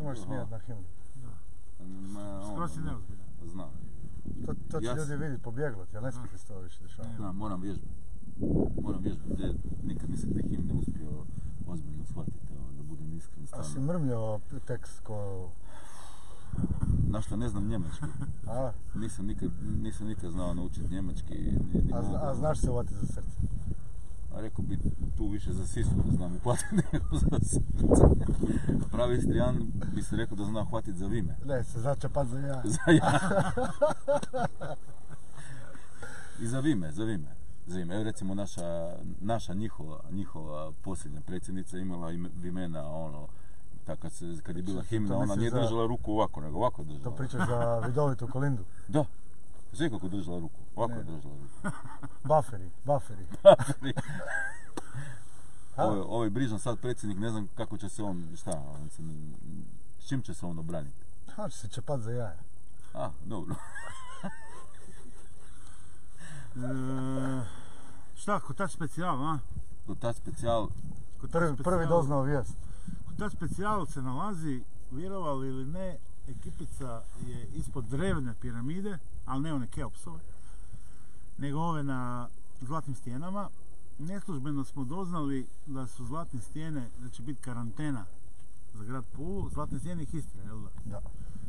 možeš Aha. smijati na himnu. Ma, on- Skroz si neozbiljan. Znam. To, to će Ja s- ljudi vidjeti, pobjeglo ti, ali ne smije se to više dešavati. Znam, moram vježbati. Moram vježbati, jer nikad nisam te himne uspio ozbiljno shvatiti, evo, da budem iskren A si stvarno. mrmljao tekst ko... Na što ne znam njemački. A, Nisam nikad, nisam nikad znao naučiti njemački. Ni, ni a, zna- mogao. a znaš se uvati za srce. A rekao bi tu više za sisu da znam uhvatiti nego za srce. Pravi istrijan bi se rekao da zna hvatiti za vime. Ne, se začepat za ja. Za ja. I za vime, za vime. Za ime. Evo recimo naša, naša njihova, njihova posljednja predsjednica imala ime- vimena ono, tak kad, se, kad je bila himna, ona misliš nije za- držala ruku ovako, nego ovako je To držala. pričaš za vidovitu kolindu. Da, sve kako je držala ruku, ovako Ne. je držala ruku. Bufferi, bufferi. Ovo, ovaj Brižan sad predsjednik, ne znam kako će se on, šta, on se, s čim će se on obraniti? On će se čepat za jaja. A, dobro. E, šta, kotač specijal, a? Do tad specijal, Kotač Prvi, prvi specijal- doznao vijest. Kotač specijal se nalazi, vjerovali ili ne, ekipica je ispod drevne piramide, ali ne one Keopsove, nego ove na zlatnim stijenama. Neslužbeno smo doznali da su zlatne stijene, da će biti karantena za grad Pulu, zlatne stijene i Istre, jel da? Da.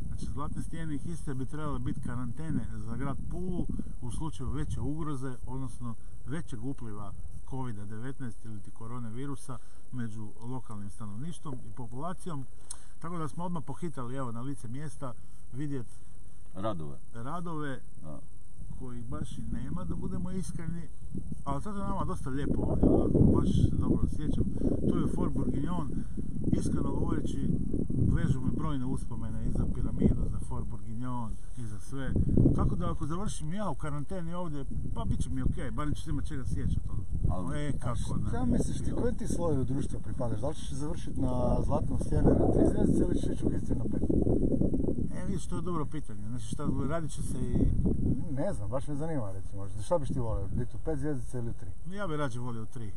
Znači, zlatne stijene i Istre bi trebale biti karantene za grad Pulu u slučaju veće ugroze, odnosno većeg upliva COVID-19 ili ti koronavirusa među lokalnim stanovništvom i populacijom. Tako da smo odmah pohitali evo, na lice mjesta vidjeti radove. radove Da. koji baš i nema, da budemo iskreni, ali sad je nama dosta lijepo ovdje, ovako, baš se dobro osjećam. Tu je Fort Bourguignon, iskreno govoreći, vežu mi brojne uspomene i za piramidu, za Fort Bourguignon i za sve. Tako da ako završim ja u karanteni ovdje, pa bit će mi okej, barem ću se imat čega sjećat. ono. Ali- e, kako ne. Šta misliš ti, kojem ti sloju društva pripadaš? Da li ćeš završiti na zlatnom stijenu na tri zvijezdice ili ćeš ići u Istri na pet? E, vidiš, to je dobro pitanje. Znači, šta, radit će se i... Ne znam, baš me zanima recimo. Šta biš ti volio, biti u pet zvijezdice ili u tri? Ja bi rađe volio tri.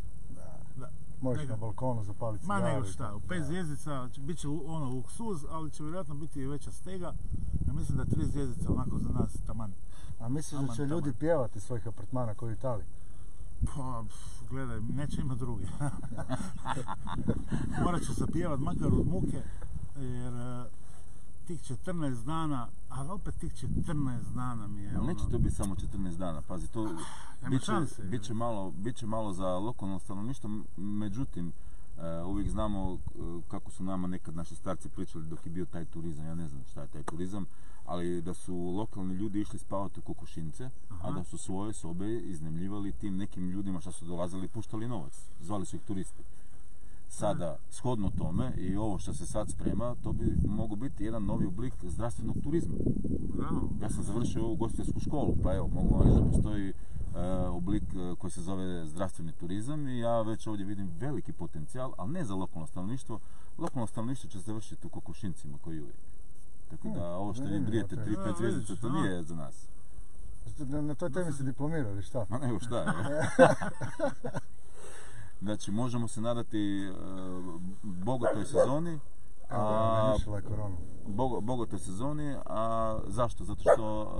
Da. Možeš Nego- na balkonu zapaliti Ma nego cigaru i šta, to. u pet Da. zvijezdica će- bit će lu- ono luksuz, ali će vjerojatno biti i veća stega. Ja mislim da tri zvijezdice onako za nas taman. A misliš da će Aman, taman. ljudi pjevati iz svojih apartmana koji u Italiji? Pa, pf, gledaj, neće ima druge. Morat ću zapjevat makar od muke, jer e, tih 14 dana, ali opet tih 14 dana mi je Ali ono... Neće to biti samo 14 dana, pazi, to nema bit će, šanse. bit će malo, bit će malo za lokalno stanovništvo, m- međutim, e, uvijek znamo e, kako su nama nekad naši starci pričali dok je bio taj turizam, ja ne znam šta je taj turizam, ali da su lokalni ljudi išli spavati u kokošince, a Aha. da su svoje sobe iznemljivali tim nekim ljudima što su dolazili i puštali novac, zvali su ih turisti. Sada, shodno tome i ovo što se sad sprema, to bi mogu biti jedan novi oblik zdravstvenog turizma. Bravo. Ja sam završio ovu ugostiteljsku školu, pa evo, mogu vam reći da postoji e, oblik e, koji se zove zdravstveni turizam i ja već ovdje vidim veliki potencijal, ali ne za lokalno stanovništvo. Lokalno stanovništvo će završiti u kokošincima koji je uvijek. Tako da ovo što vi Hmm, zanimljivo brijete to je. 3-5 Da, zvijezdica, vidiš, to da. nije za nas. Na, na toj temi si diplomirao ili šta? Ma nego šta je. Znači, možemo se nadati e, bogatoj sezoni, Evo, a nanišila je koronu. bogo- bogatoj sezoni, a zašto? Zato što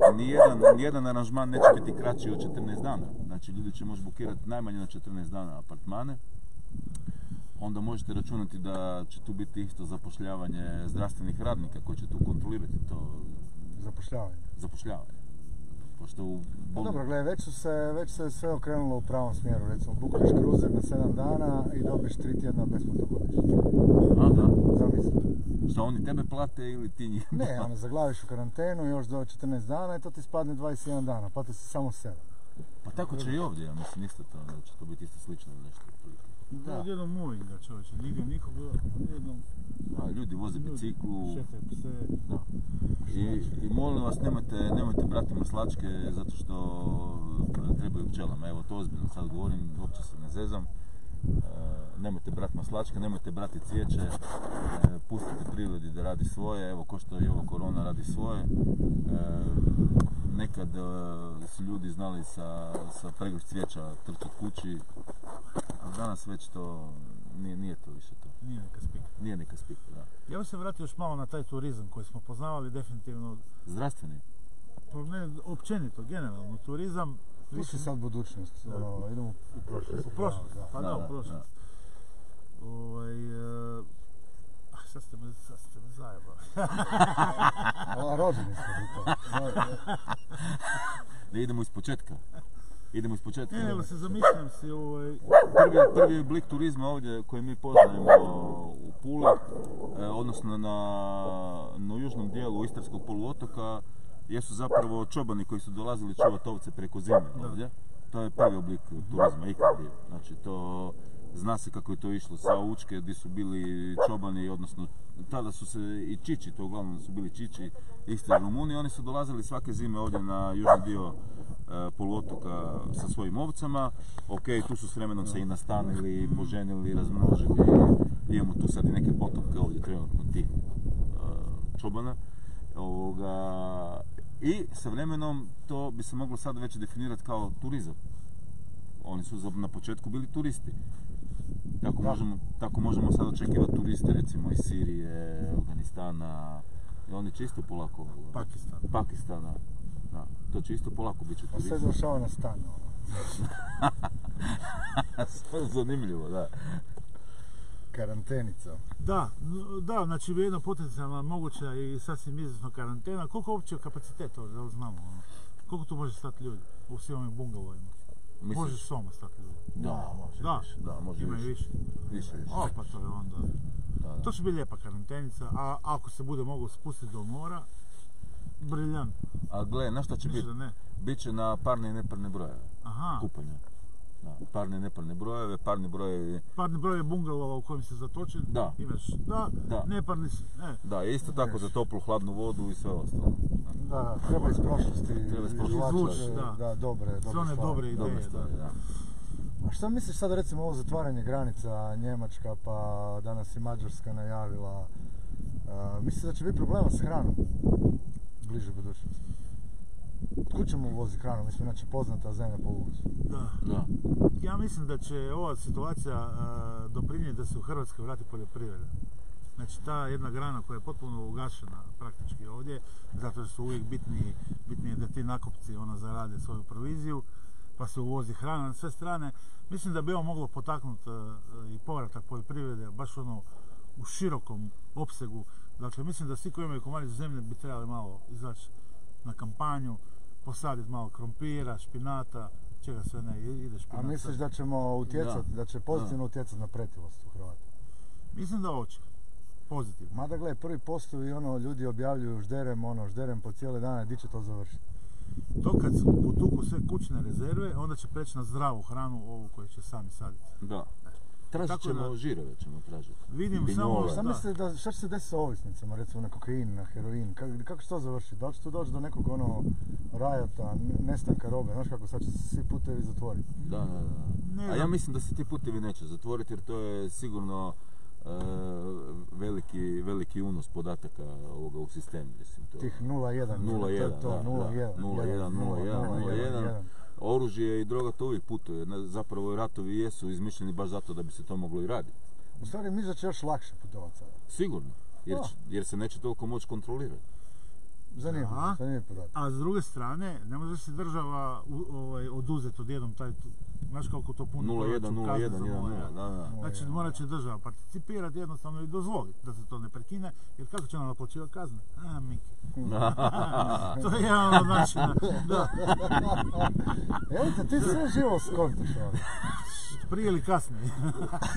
e, nijedan, nijedan aranžman neće biti kraći od 14 dana. Znači ljudi će moći bukirati najmanje na 14 dana apartmane. Onda možete računati da će tu biti isto zapošljavanje zdravstvenih radnika koji će tu kontrolirati to Zapošljavanje. zapošljavanje. Pošto u Pa bol- dobro, gledaj, već, su se, veš se sve okrenulo u pravom smjeru. Recimo, bukuješ kruzer na 7 dana i dobiješ 3 tjedna besplatno godišnje. A, da. Zamisli. Šta oni tebe plate ili ti njih? Ne, ono, zaglaviš u karantenu još do 14 dana i to ti spadne 21 dana, plati se samo 7. Pa tako će i ovdje, ja mislim isto to, da će to biti isto slično ili nešto. otprilike. Da. Da. Odjednom movinga čovječe, nigdje nikoga, odjednom A, ljudi voze biciklu, šete pse. I, i molim vas, nemojte, nemojte brati maslačke zato što e, trebaju pčelama. Evo, to ozbiljno sad govorim, uopće se ne zezam. E, nemojte brati maslačke, nemojte brati cvijeće, e, pustite prirodi da radi svoje, evo, ko što i ovo korona radi svoje. E, nekad e, su ljudi znali sa, sa pregršt cvijeća trčati kući, a danas već to nije, nije to više to. Nije neka spika. Nije neka spika, da. Ja bih se vratio još malo na taj turizam koji smo poznavali definitivno, Zdravstveni. pa ne općenito, generalno, turizam Tu više si sad budućnost, Da. ono, idemo u prošlost. u prošlost, Da, da. pa Da, da, da, u prošlost. Ovaj, e, ah, sad ste me, sad ste me zajebali. A, rođeni smo za to. Da, Da idemo iz početka. Idemo iz početka. Ne, nego se zamišljam si, ovaj, prvi, prvi oblik turizma ovdje koji mi poznajemo e, u Puli, e, odnosno na, na južnom dijelu Istarskog poluotoka, jesu zapravo čobani koji su dolazili čuvati ovce preko zime ovdje. To je prvi oblik turizma ikad bio. Znači to zna se kako je to išlo sa Učke gdje su bili čobani, odnosno tada su se i Čiči, to uglavnom su bili Čiči, Istra i Rumuni, oni su dolazili svake zime ovdje na južni dio e, poluotoka sa svojim ovcama. Ok, tu su s vremenom se i nastanili, poženili, razmnožili. Imamo tu sad i neke potomke ovdje trenutno ti čobana. Ovoga, I sa vremenom to bi se moglo sad već definirati kao turizam. Oni su za- na početku bili turisti. Tako Da. možemo, tako možemo sad očekivati turiste recimo iz Sirije, Afganistana, i oni će isto polako, ovoga, Pakistan. Pakistana, da, to će isto polako biti Pa sve turisti. završava na stan. ono. Zanimljivo, da. Karantenica. Da, n- da, znači jedna potencijalna moguća i sasvim izvrsna karantena. Koliko uopće je kapacitet ovdje, da li znamo? Ono? Koliko tu može stati ljudi u svim ovim bungalovima? Mislim, Može samo stati ljudi. Da, može Da, više, da, može ima i više. više. Više, više. O, pa to je onda. Da, da. To će biti lijepa karantenica, a ako se bude mogao spustiti do mora, briljan, A gle, na šta će više biti? da ne. Biće na parne i neparne brojeve, Aha, kupanje. Da, parne i neparne brojeve, parni brojevi, parni broj je bungalova u kojem si zatočen, Da. imaš, da, Da. neparni si, ne, da, je isto tako za toplu, hladnu vodu i sve ostalo. Da, da, treba iz prošlosti Treba iz prošlosti. izvlačiti, Izvući, da. da, dobre, dobre sve one stvari. dobre ideje. Dobre da. stvari, da. A šta misliš sad recimo ovo zatvaranje granica Njemačka pa danas i Mađarska najavila? Uh, misliš da će biti problema s hranom u bližoj budućnosti? Otkud ćemo uvoziti hranu? Mi smo inače poznata zemlja po uvozu. Da. Da, Ja mislim da će ova situacija e, doprinijeti da se u Hrvatskoj vrati poljoprivreda. Znači ta jedna grana koja je potpuno ugašena praktički ovdje, zato jer su uvijek bitni, bitni da ti nakupci ono, zarade svoju proviziju, pa se uvozi hrana na sve strane. Mislim da bi ovo moglo potaknuti i povratak poljoprivrede, baš ono u širokom opsegu. Dakle, mislim da svi koji imaju komadić zemlje bi trebali malo izaći na kampanju, posaditi malo krompira, špinata, čega sve ne, ide A špinat. misliš sad. da ćemo utjecati, Da. da, će pozitivno utjecati na pretilost u Hrvata? Mislim da hoće. Pozitivno. Mada gle, prvi postoji ono, ljudi objavljuju žderem, ono, žderem po cijele dane, di će to završiti? To kad se potuku sve kućne rezerve, onda će preći na zdravu hranu, ovu koju će sami saditi. da. Tražit Tako ćemo da- žireve, ćemo tražiti. Vidim Pinjole. samo Šta Da. misliš da, šta će se desiti sa ovisnicama, recimo na kokain, na heroin, kako, kako će to završiti? Da li će to doći do nekog ono rajota, n- nestanka robe, znaš kako sad će se svi putevi zatvoriti? Da, da, da. Ne A ja znam. mislim da se ti putevi neće zatvoriti jer to je sigurno e, veliki, veliki unos podataka ovoga u sistem. Mislim, to. Tih 0,1, to 0,1, je to, da, 0,1, da. 0,1, 0,1. Oružje i droga to uvijek putuje. Na- Zapravo ratovi jesu izmišljeni baš zato da bi se to moglo i raditi. U stvari mislim da će još lakše putovati sada. Sigurno. Jer, Da. će- jer se neće toliko moći kontrolirati. Zanimljivo, Aha. zanimljiv podatak. A s druge strane, ne može se država u- ovaj, oduzeti odjednom taj... tu- Znaš koliko to puno... 0,1, proračun kazne 0,1, za 1,0. moje. Da, da. Znači, morat će država participirati jednostavno i dozvoliti da se to ne prekine, jer kako će nam naplaćivati kazne? A, Miki. to je jedan od načina. Da, Evo te, ti sve živo skontaš ovo. prije ili kasnije.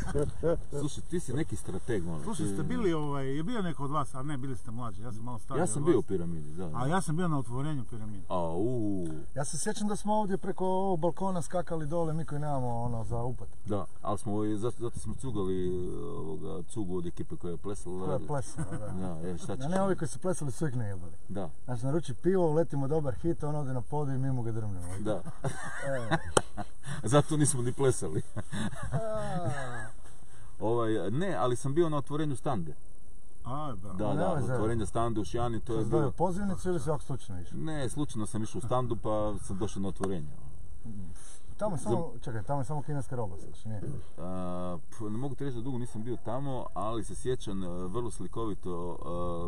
Slušaj, ti si neki strateg, ono. Slušaj, ti- ste bili, ovaj, je bio neko od vas, a ne, bili ste mlađi, ja sam malo stariji Ja od sam vas. bio u piramidi, da. A ja sam bio na otvorenju piramide. A, u, Ja se sjećam da smo ovdje preko ovog balkona skakali dole, mi koji nemamo ono za upad. da, ali smo, i zato, zato smo cugali e, ovoga, cugu od ekipe koja je plesala. To je plesano, da. Da, jer šta ćeš? A ne ovi koji su plesali su uvijek najebali. Da, Znači, naruči pivo, uletimo dobar hit, on ode na podiju i mi mu ga drmljamo. E, da. Evo. Zato nismo ni plesali. A, Ovaj, ne, ali sam bio na otvorenju stande. Aj, bravo. Da, Ma da, nemoj zajebati. otvorenje stande u Šijani, to je si dobio bilo... pozivnicu ili si ovako slučajno išao? Ne, slučajno sam išao u standu pa sam došao na otvorenje. Tamo je samo, čekaj, tamo je samo kineska roba, znači nije. A, E, p- ne mogu ti reći da dugo nisam bio tamo, ali se sjećam e, vrlo slikovito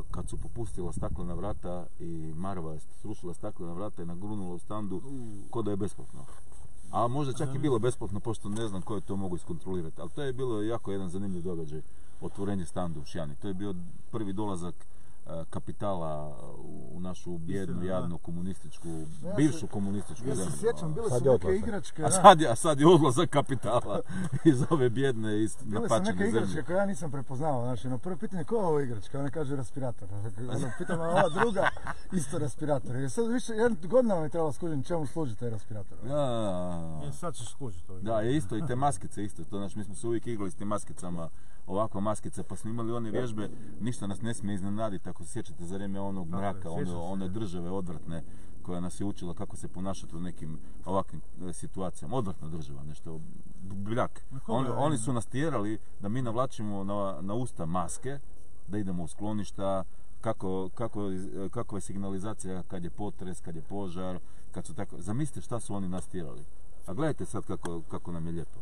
e, kad su popustila staklena vrata i Marva je srušila staklena vrata i nagrunula u standu ko da je besplatno. A možda čak i bilo besplatno, pošto ne znam ko je to mogu iskontrolirati. Ali to je bilo jako jedan zanimljiv događaj, otvorenje standa u Šijani. To je bio prvi dolazak e, kapitala u- u našu bijednu, Istina, da. jadnu, komunističku, Ja bivšu se- komunističku Ja zemlju. ono. se sjećam, bile Sad su je neke odlazak. igračke, A da. sad, je, a sad je odlazak kapitala iz ove bjedne i Bile su neke napačene igračke zemlje. koje ja nisam prepoznao, znači, na prvo pitanje, ko je ovo igračka? Ona kaže respirator. Ono, pitam, a ova druga, isto respirator. Jer sad više, jedan godinama mi je trebalo skužiti čemu služi taj respirator. Da, da, da. E, sad ćeš skužiti to. Da, je isto i te maskice isto, to znači mi smo se uvijek igrali s tim maskicama, ovako maskice, pa smo imali one vježbe, ništa nas ne smije iznenaditi ako se sjećate za vrijeme onog Tako je, mraka, one, sjećam se. one države odvratne koja nas je učila kako se ponašati u nekim ovakvim e, situacijama, odvratna država, nešto bljak. Ma koga Oni, je- oni su nas tjerali da mi navlačimo na, na usta maske, da idemo u skloništa, kako, kako, iz- kako je signalizacija kad je potres, kad je požar, kad su tako... Zamislite šta su oni nas tjerali. A gledajte sad kako, kako nam je lijepo.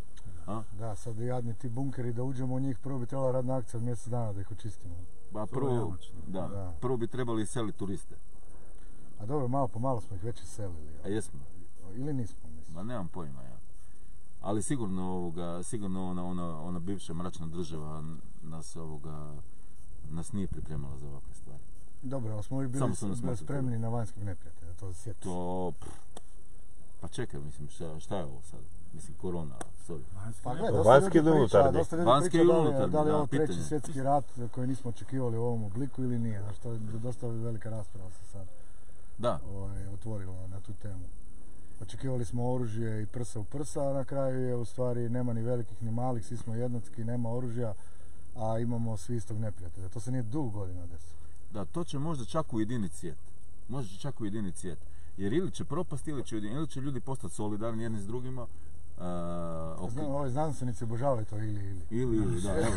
Da, sad i jadni ti bunkeri, da uđemo u njih, prvo bi trebala radna akcija od mjesec dana da ih očistimo. Pa To je prvo, nemoćno. da, Da. prvo bi trebali iseliti turiste. A dobro, malo po malo smo ih već iselili. A jesmo, Ili nismo, mislim. ma nemam pojma ja. Ali sigurno, ovoga, sigurno ona, ona, ona bivša mračna država nas, ovoga, nas nije pripremala za ovakve stvari. Dobro, ali smo uvijek bili Samo su nas bili maknuli. spremni na vanjskog neprijatelja, to se sjetim. To, pff, pa čekaj, mislim, šta, šta je ovo sad? Mislim, korona, sorry. Pa gledaj. gledaj, dosta Vanjski ljudi priča, ili unutarnji? dosta ljudi Vanjski priča da li je- ili da li unutarnji, je da, ovo treći pitanje. svjetski rat koji nismo očekivali u ovom obliku ili nije. Znači, to je dosta velika rasprava se sad Da, ovaj, otvorila na tu temu. Očekivali smo oružje i prsa u prsa, a na kraju je u stvari nema ni velikih ni malih, svi smo jednaki, nema oružja, a imamo svi istog neprijatelja. To se nije dugo godina desilo. da, to će možda čak ujediniti svijet. Možda će čak ujediniti svijet. Jer ili će propast, ili će, ujedin- ili će ljudi postati solidarni jedni s drugima. e, ok- Znam, ovi znanstvenici obožavaju to ili ili. Ili, ili, da, evo.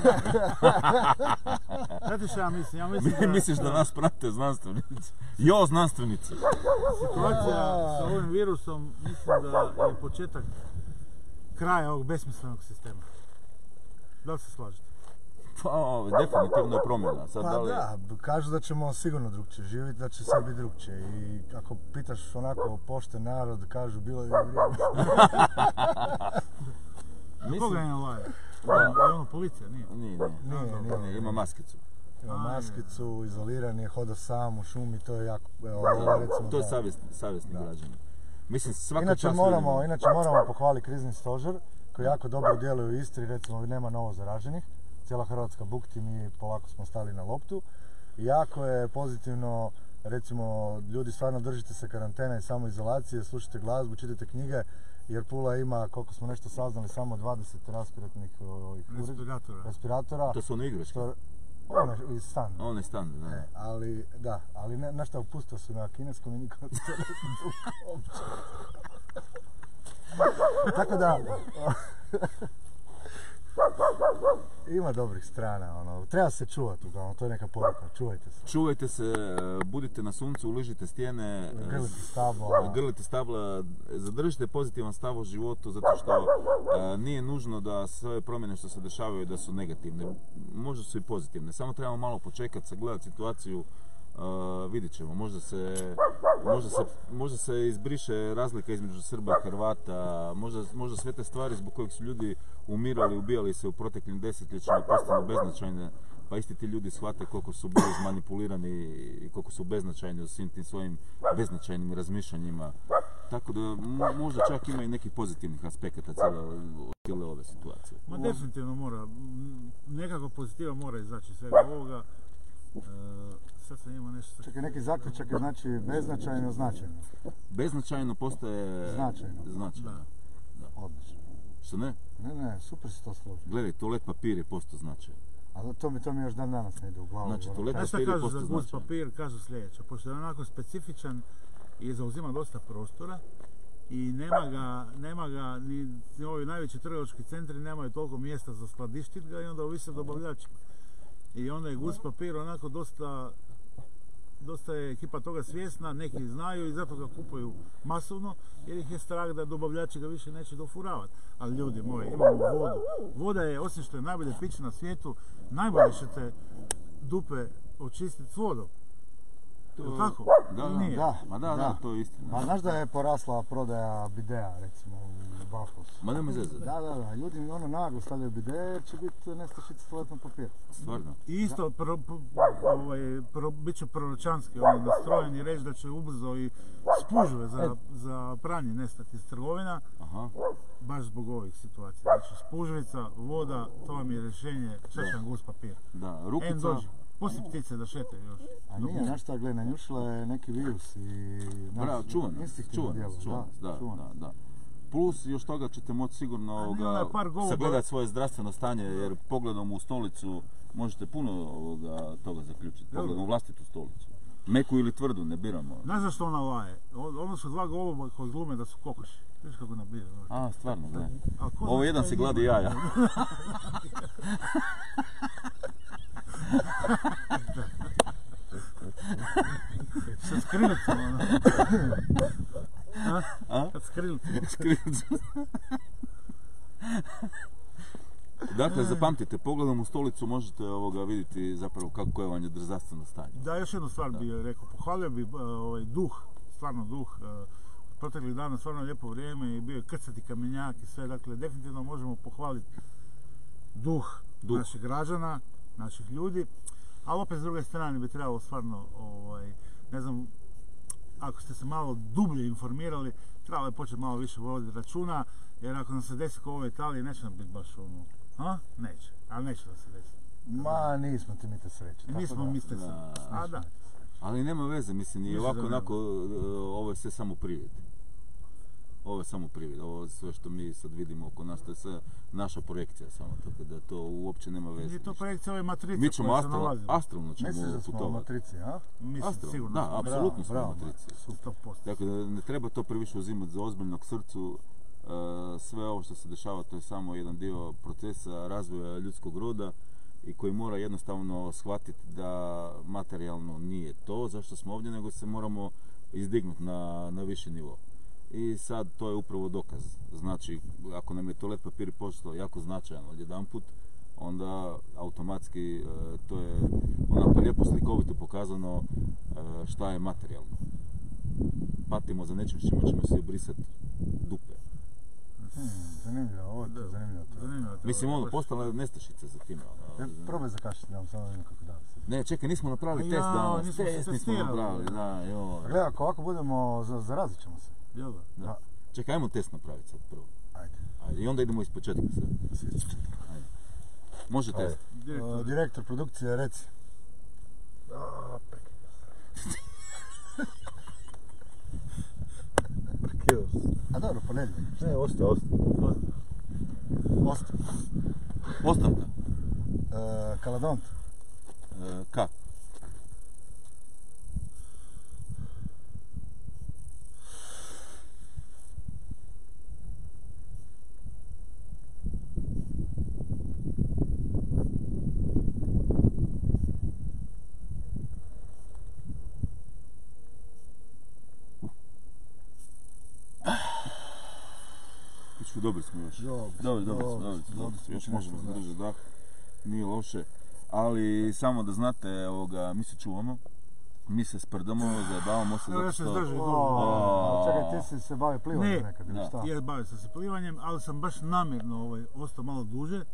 Znate šta ja mislim? Ja mislim Mi- da Misliš da nas prate znanstvenici? Jo, znanstvenici! situacija sa ovim virusom mislim da je početak kraja ovog besmislenog sistema. Da li se slažete? Pa, ovo, definitivno je promjena. Sad, Pa da li... da, b- kažu da ćemo sigurno drugčije živjeti, da će sve biti drugčije. I ako pitaš onako pošten narod, kažu bilo je vrijeme. Mislim- Koga je ovaj? Da. Je ono policija, nije? Nije, nije. Nije, nije, Ne, ima maskicu. Ima Aj. maskicu, izoliran je, hoda sam u šumi, to je jako, evo, ovo Da, recimo to je da. savjesni, savjesni građani. Mislim, svaka Inače čast moramo, ljudima. inače moramo pohvaliti krizni stožer, koji jako dobro djeluje u Istri, recimo nema novo zaraženih, cijela Hrvatska bukti, mi polako smo stali na loptu. I jako je pozitivno, recimo, ljudi stvarno držite se karantene i samoizolacije, slušajte glazbu, čitajte knjige, jer Pula ima, koliko smo nešto saznali, samo 20 respiratnih ovih ured- Respiratora. respiratora, To su one igračke. što ono, iz stana. One stande, da. E, ali, da, ali ne, znaš šta, upustio su na kineskom i niko to ne razumije uopće. Tako da, ima dobrih strana, ono, treba se čuvati, uglavnom, to je neka poruka, čuvajte se. Čuvajte se, e, budite na suncu, uližite stijene, e, Grlite ono. stabla, grlite stabla, zadržite pozitivan stav o životu zato što e, nije nužno da sve ove promjene što se dešavaju da su negativne. Možda su i pozitivne, samo trebamo malo počekati, sagledati situaciju, e, vidjet ćemo. Možda se, možda, se, možda se izbriše razlika između Srba i Hrvata, možda, možda sve te stvari zbog kojih su ljudi umirali, ubijali se u proteklim desetljećima postanu beznačajne pa isti ti ljudi shvate koliko su bili izmanipulirani i koliko su beznačajni u svim tim svojim beznačajnim razmišljanjima. Tako da m- možda čak ima i nekih pozitivnih aspekata cijele, cijele ove situacije. Ma definitivno mora, m, nekako pozitiva mora izaći iz svega ovoga. E, sad sam imao nešto... Čekaj, neki zaključak je znači beznačajno značajno. Beznačajno postaje... Značajno. Značajno. Da. Odlično. Što ne? Ne, ne, super si to složio. Gledaj, toalet papir je postao značajan. Ali to mi, to mi još dan danas ne ide u glavu. Znači, ono, toliko- kad- Znaš šta Papir je kažu za posto gust značajan. papir? Kažu sljedeće. Pošto je onako specifičan i zauzima dosta prostora i nema ga, nema ga ni, ni ovi najveći trgovački centri nemaju toliko mjesta za skladištit ga i onda ovise o dobavljačima. I onda je gust papir onako dosta dosta je ekipa toga svjesna, neki znaju i zato ga kupuju masovno jer ih je strah da dobavljači ga više neće dofuravati. Ali ljudi moji, imamo vodu. Voda je, osim što je najbolje piće na svijetu, najbolje ćete dupe očistiti s vodom. Je li tako? Da, da, Nije. Da, Ma da, da, to je istina. A znaš da je porasla prodaja bidea, recimo, u Bafos? Ma nemoj zezati, Da, da, da, ljudi ono naglo stavljaju bideje jer će biti nestašica toaletnog papira. stvarno. I isto pro, pro, ovaj, pro, bit će proročanski ovaj, nastrojen i reći da će ubrzo i spužve E. za, za pranje nestati iz trgovina, Aha. baš zbog ovih situacija. Znači spužvica, voda, to vam je rješenje, šta će vam gust papir. Da, En rukica. E, dođi, pusti ptice da šetaju još. A nije, znaš šta, gle, nanjušila je neki virus i... Bravo, čuvan, instinktivno čuvan, djeluje, čuvan, da, čuvan. da, da. Plus još toga ćete moći sigurno imala ovoga, je par golubova. sagledati svoje zdravstveno stanje jer pogledom u stolicu možete puno ovoga, toga zaključiti. Pogledom u vlastitu stolicu. Meku ili tvrdu, ne biramo. Znaš zašto ona laje? O- Ono su dva goluba koji glume da su kokoši. Viš kako nabije. ono. A, stvarno, da. A ko Ovo zna jedan šta si je gladi njima? jaja. Sa skrilicom. ono. A? A? Kad skrilicom. Skrivcu. Dakle, zapamtite, pogledom u stolicu možete ovoga vidjeti zapravo kako je vam je zdravstveno stanje. Da, još jednu stvar bih rekao. Pohvalio bi ovaj, duh, stvarno duh. e, Proteklih dana stvarno je lijepo vrijeme i bio je krcati kamenjak i sve. Dakle, definitivno možemo pohvaliti duh, Duh. naših građana, naših ljudi. Ali opet s druge strane bi trebalo stvarno, ovaj, ne znam, ako ste se malo dublje informirali, trebalo je početi malo više voditi računa, jer ako nam se desi kao ovo u Italiji, neće nam biti baš ono, a? Neće, ali neće da se desi. Ma, nismo ti mi te sreće. Mi smo mister da, A da. Ali nema veze, mislim, i Mislim ovako, da nema. onako, e, ovo je sve samo privid. Ovo je samo privid, ovo sve što mi sad vidimo oko nas, to je sve naša projekcija samo, tako da to uopće nema veze. I to ništa. projekcija ove matrice Mi ćemo koja se astral, nalazi. astralno ćemo Misliš da smo u putovati. matrici, a? Mislim, Astral, sigurno. da, apsolutno smo u bravo. matrici. Sto posto. Dakle, ne treba to previše uzimati za ozbiljno k srcu. E, Sve ovo što se dešava to je samo jedan dio procesa razvoja ljudskog roda i koji mora jednostavno shvatiti da materijalno nije to zašto smo ovdje, nego se moramo izdignuti na, na viši nivo. I sad to je upravo dokaz. Znači, ako nam je toalet papir postao jako značajan odjedanput, onda automatski e, to je onako lijepo slikovito pokazano e, šta je materijalno patimo za nečim s čime ćemo se brisati dupe. Hmm, zanimljivo, ovo je Da. zanimljivo. to. Zanimljivo te Mislim, ovo, ono, baš. pa- postala je nestašica za time. ono. E, probaj zakašiti, da vam samo vidim kako da se. Ne, čekaj, nismo napravili A test Pa ja, danas. nismo se Test nismo testirali. napravili, da, Pa joj. Gle, ako ovako budemo, za- zarazit ćemo se. Jel da? Da. Čekaj, ajmo test napraviti sad prvo. Ajde. Ajde, I onda idemo iz početka sad. Ajde. Može Ajde. test. Direktor. E, Direktor produkcije, reci. A dobro, ponedjeljak. Ne, ostaje, ostaje. Ostav. Ostavka. E, Kaladont. E, K. Piću, Dobri smo još. Dobro, dobro, dobro, dobro, još možemo zadržati dah, nije loše, ali samo da znate, ovoga, mi se čuvamo, mi se sprdamo, zajebavamo se Evo, zato ja se što... zdržim. A. Čekaj, ti si se bavio plivanjem Ne. nekad ili Da. šta? Ja bavio sam se plivanjem, ali sam baš namjerno ovaj, ostao malo duže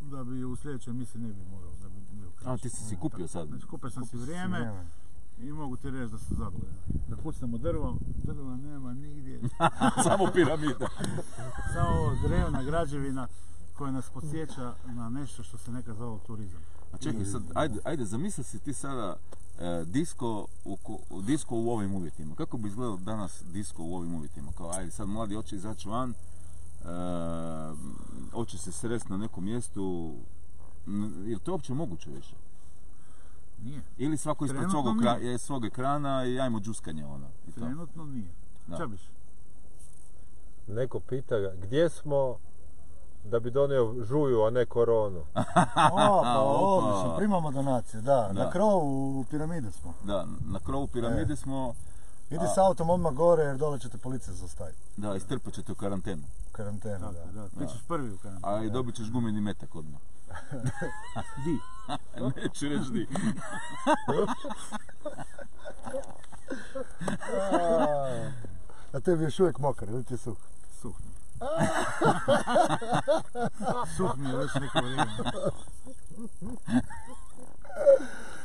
da bi u sljedećoj emisiji ne bi morao da bi bio A, kraći. ti si si kupio sad. Znači, kupio sam si vrijeme Vrijeme. i mogu ti reći da sam zadovoljan. Da kucnemo drvo, drva nema nigdje, Samo piramida. samo ovo drevna građevina koja nas podsjeća na nešto što se nekad zvalo turizam. A čekaj sad, ajde, ajde zamisli si ti sada e, disko, u, ko- u disko u ovim uvjetima. Kako bi izgledao danas disko u ovim uvjetima? Kao, ajde, sad mladi hoće izaći van, e, hoće se sresti na nekom mjestu, N- je li to uopće moguće više? Nije. Ili svako ispred svog, Trenutno okra- je svog ekrana i ajmo džuskanje ono. I to. Trenutno nije. Da. Čabiš? Neko pita ga, gdje smo, da bi donio žuju, a ne koronu. O, pa Opa. odlično, primamo donacije, da. Da. Na krovu u piramide smo. Da, na krovu piramide smo, Idi A. s autom odmah gore jer dole će te policija zaustaviti. da, istrpat ćete u karantenu. U karantenu, Tako, da. da, ti ćeš prvi u karantin. A i dobit ćeš gumeni metak odmah. Di? Neću reći di. A, A tebi je još uvijek mokar, ili ti je suh? Suh. Suh mi je već neko vrijeme.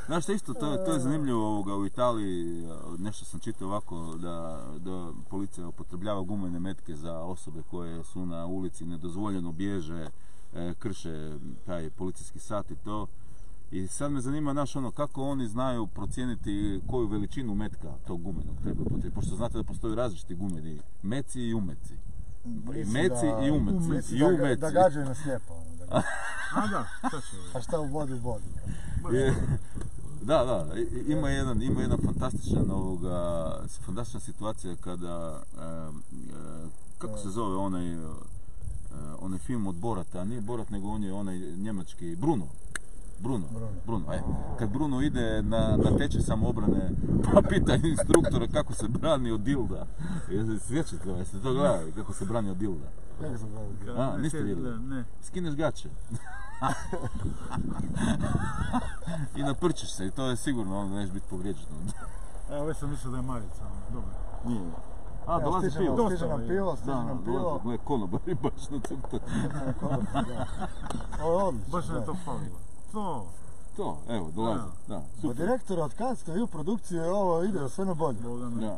Znaš što isto, to je, to je zanimljivo ovoga, u Italiji, eh, nešto sam čitao ovako, da, da policija upotrebljava gumene metke za osobe koje su na ulici nedozvoljeno bježe, eh, krše taj policijski sat i to. I sad me zanima, znaš, ono, kako oni znaju procijeniti koju veličinu metka tog gumenog treba upotrijebiti, pošto znate da postoje različiti gumeni, meci i umeci. I Mislim meci da- i umeci. Mislim I da- umeci. Da gađaju nas lijepo. ono, da ga- A da, šta će Pa šta u vodi, u vodi. Je. Da, da, i- i- ima jedan, ima jedan fantastičan ovoga, s- fantastična situacija kada, e, e, kako se zove onaj, e, onaj film od Borata, nije Borat nego on je onaj njemački, Bruno. Bruno, Bruno. Bruno, e. Kad Bruno ide na, na tečaj samoobrane, pa pita instruktora kako se brani od dilda. Jesi sjećate, jeste to gledali, kako se brani od dilda? Kako sam gledao? A, niste vidjeli? Ne. skineš gače. I naprčiš se i to je sigurno onda nećeš biti povrijeđen. ono. Evo, već sam mislio da je Marica, ono, dobro. Nije. A, Evo, dolazi stiže nam- pivo. Stiže nam pivo, stiže Da, ono, nam dolazi, pivo. gle, konobari baš na cukta. Stiže nam konobar, da. Ovo je odlično. Baš nam je da. to falilo. To, To, evo, dolazi, da, Pa super. direktore, od kad ste vi u produkciji, ovo ide sve na bolje. Boga me. Da.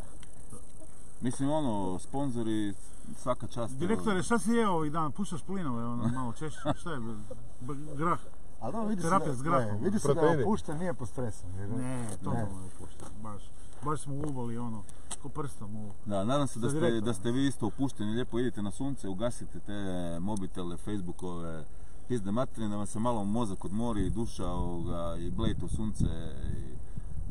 Mislim, ono, sponzori, svaka čast. evo. Direktore, šta si jeo ovih dana? Pušaš plinove, ono, malo češće, šta je, b- b- grah? A da, vidi se Terapija s da, grahom. ne, vidi se da Proteini. opušta nije pod stresom. jer- Ne, to ne puštam, baš. Baš smo ubali, ono, ko prstom u... Da, nadam se da Za ste, direktora. da ste vi isto opušteni, lijepo idite na sunce, ugasite te mobitele, Facebookove, pizde materine, da vam se malo mozak odmori i duša ovoga, i blejte u sunce i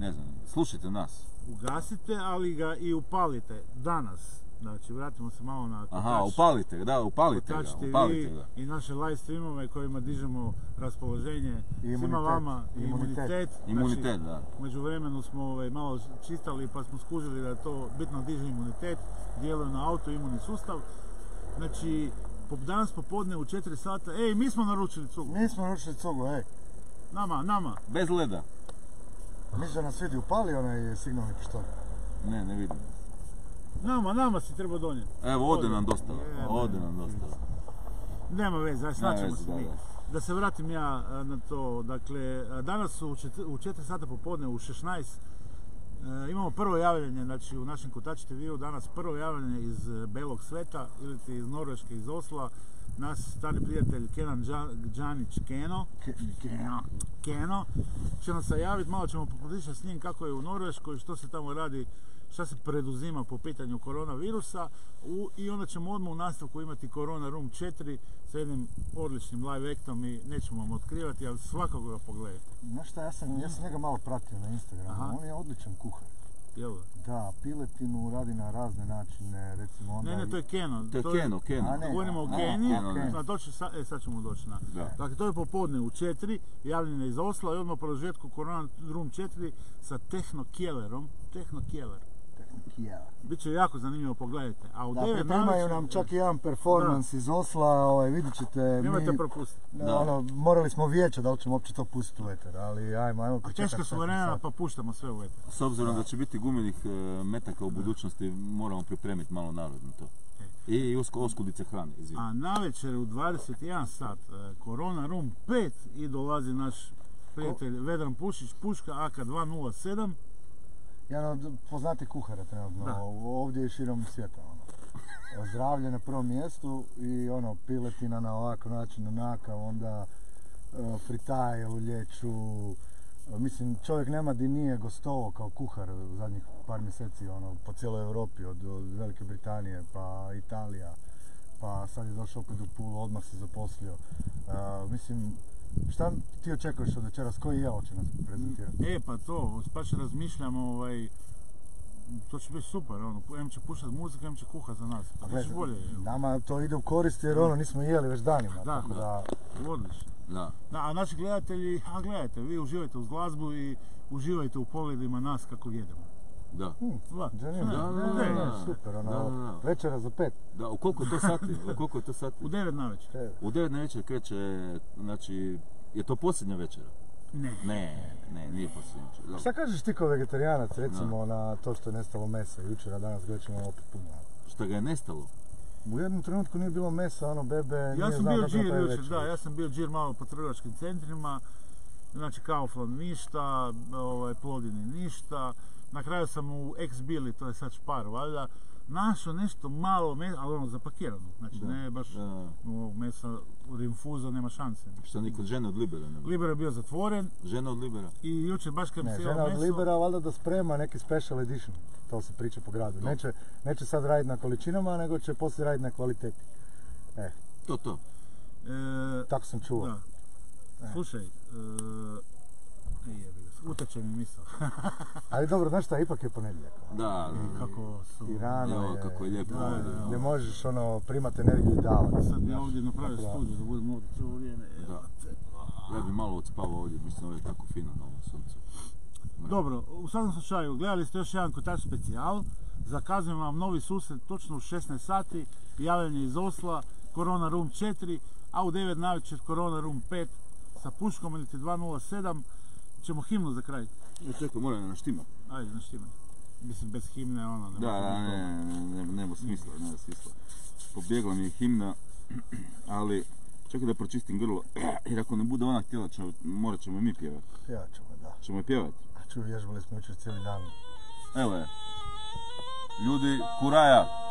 ne znam, slušajte nas. Ugasite, ali ga i upalite danas. Znači, vratimo se malo na kotač. Aha, upalite ga, da, upalite ga, Kotač TV upalite ga. i naše live streamove kojima dižemo raspoloženje svima imunitet, vama i i imunitet. imunitet. Imunitet, da. Među vremenu smo ovaj, malo čistali pa smo skužili da to bitno diže imunitet, djeluje na autoimuni sustav. Znači, po- danas popodne u 4 sata, ej, mi smo naručili cugu, Mi smo naručili cugu, e, ej. nama, nama. Bez leda. Mislim da nas vidi upali onaj signalni pištolj. Ne, ne vidim. Nama, nama si treba donijeti. Evo, ode Ode. nam dostava, Je, ode ne. nam dostava. Nema veze, aj, snaćemo veze, se da, mi. da. Da se vratim ja a, na to, dakle, a, danas su u čet- u 4 sata popodne, u 16, e, imamo prvo javljanje, znači u našem Kotač TV-u danas prvo javljanje iz e, Belog sveta, ili ti iz Norveške, iz Osla, naš stari prijatelj Kenan Đa- Đanić Keno, Keno, Keno, će nam se javiti, malo ćemo poprodišati s njim kako je u Norveškoj, što se tamo radi, šta se preduzima po pitanju koronavirusa u, i onda ćemo odmah u nastavku imati Corona Room 4 sa jednim odličnim live actom i nećemo vam otkrivati, ali svakako ga pogledajte. Znaš šta, ja sam, ja sam njega malo pratio na Instagramu, Mm. Aha. on je odličan kuhar. Jel? da? Da, piletinu radi na razne načine, recimo onda... Ne, ne, to je Keno. To je Keno, Keno. A ne. Govorimo o A, Keni, Keno, ne. na doći, sa, e, sad ćemo doći na. Da. Dakle, to je popodne u 4, javljena iz Osla i odmah prožetku Corona Room 4 sa Techno Kjellerom. Techno Kjeller. Ja. Biće jako zanimljivo, pogledajte. A u Da, 9 pripremaju nam čak i jedan performans iz Osla, ovaj, vidit ćete Nemojte mi... propustiti. Da, Da. ono, morali smo vijeće da li ćemo uopće to pustiti u eter, ali ajmo, ajmo pričekati. Teško su vremena, pa puštamo sve u eter. S obzirom da će biti gumenih e, metaka u budućnosti, moramo pripremiti malo narod na to. I osk- oskudice hrane, izvini. A navečer u 21 sat, e, Corona Room 5 i dolazi naš prijatelj Vedran Pušić, Puška AK207. Jedan od poznatih kuhara trenutno, Da. ovdje i širom svijeta. Ono. Zdravlje na prvom mjestu i ono, piletina na ovakav način, onakav, onda e, fritaje u lječu. E, Mislim, čovjek nema di nije gostovao kao kuhar u zadnjih par mjeseci, ono, po cijeloj Europi, od, od Velike Britanije pa Italija, pa sad je došao opet u Pulu, odmah se zaposlio. E, mislim, šta ti očekuješ od večeras, koji jelo će nas prezentirati? E, pa to, baš razmišljam, ovaj, to će biti super, ono, em će pušati muzika, em će kuhati za nas, pa bit Gledaj, će bolje, Nama to ide u korist jer ono nismo jeli već danima. Da, tako da. da odlično. Da. Da, a naši gledatelji, a gledajte, vi uživajte uz glazbu i uživajte u pogledima nas kako jedemo. Da. Da, Zanimljivo. Da, da, Ne, ne, da, da. super, ono, Da, da, da. večera za pet. Da, u koliko je to sati? U koliko je to sati? U 9 navečer. E, U 9 na večer kreće, znači, je to posljednja večera? Ne. Ne, ne, nije posljednja večera. Dobro. Šta kažeš ti kao vegetarijanac recimo na to što je nestalo mesa jučer, a danas ga ćemo opet puno. Šta ga je nestalo? U jednom trenutku nije bilo mesa, ono bebe, Ja nije sam znao bio kako džir napravi jučer, večeru. da, ja sam bio džir malo po trgovačkim centrima, znači Kaufland ništa, ovaj, Plodini ništa, na kraju sam u ex bili, to je sad špar valjda, našao nešto malo mesa, ali ono zapakirano, znači ne baš Da. ovog mesa rinfuza, nema šanse. Šta ni kod žene od Libera nema? Liber je bio zatvoren Žena od Libera. i jučer baš kad bi Ne, se žena jeo od meso, Libera valjda da sprema neki special edition. To se priča po gradu. Neće, neće sad raditi na količinama, nego će poslije raditi na kvaliteti. To, to. e, Tako sam čuo. Da. Slušaj, e, e, jebi ga, uteče mi misao. Ali dobro, znaš šta, ipak je ponedjeljak. Da, Kako su... I rano Evo, je, kako je lijepo. ovdje. ne možeš ono primat energiju i davati. Sad mi ovdje napravio Tako da. studiju da budem ovdje cijelo vrijeme. E, Da. Ja bi malo odspavao ovdje, mislim ovo je tako fino na ovom suncu. Dobro, u svakom slučaju, gledali ste još jedan kotač specijal. Zakazujem vam novi susret točno u 16 sati. Javljanje iz Osla, Corona Room 4, a u 9 navečer Corona Room 5 sa puškom ili 207. Ćemo himnu za kraj. Ja čekaj, moram naštima. Ajde, znaš time. Mislim, bez himne ono. ne Da, može da, biti dobro. ne, ne, ne, nema smisla, nema smisla. Pobjegla mi je himna, ali čekaj da pročistim grlo, jer ako ne bude ona htjela, će, morat ćemo i mi pjevat. Ja ćemo, da. Ćemo je pjevat. A čuj, vježbali smo jučer cijeli dan. Evo je. Ljudi, kuraja!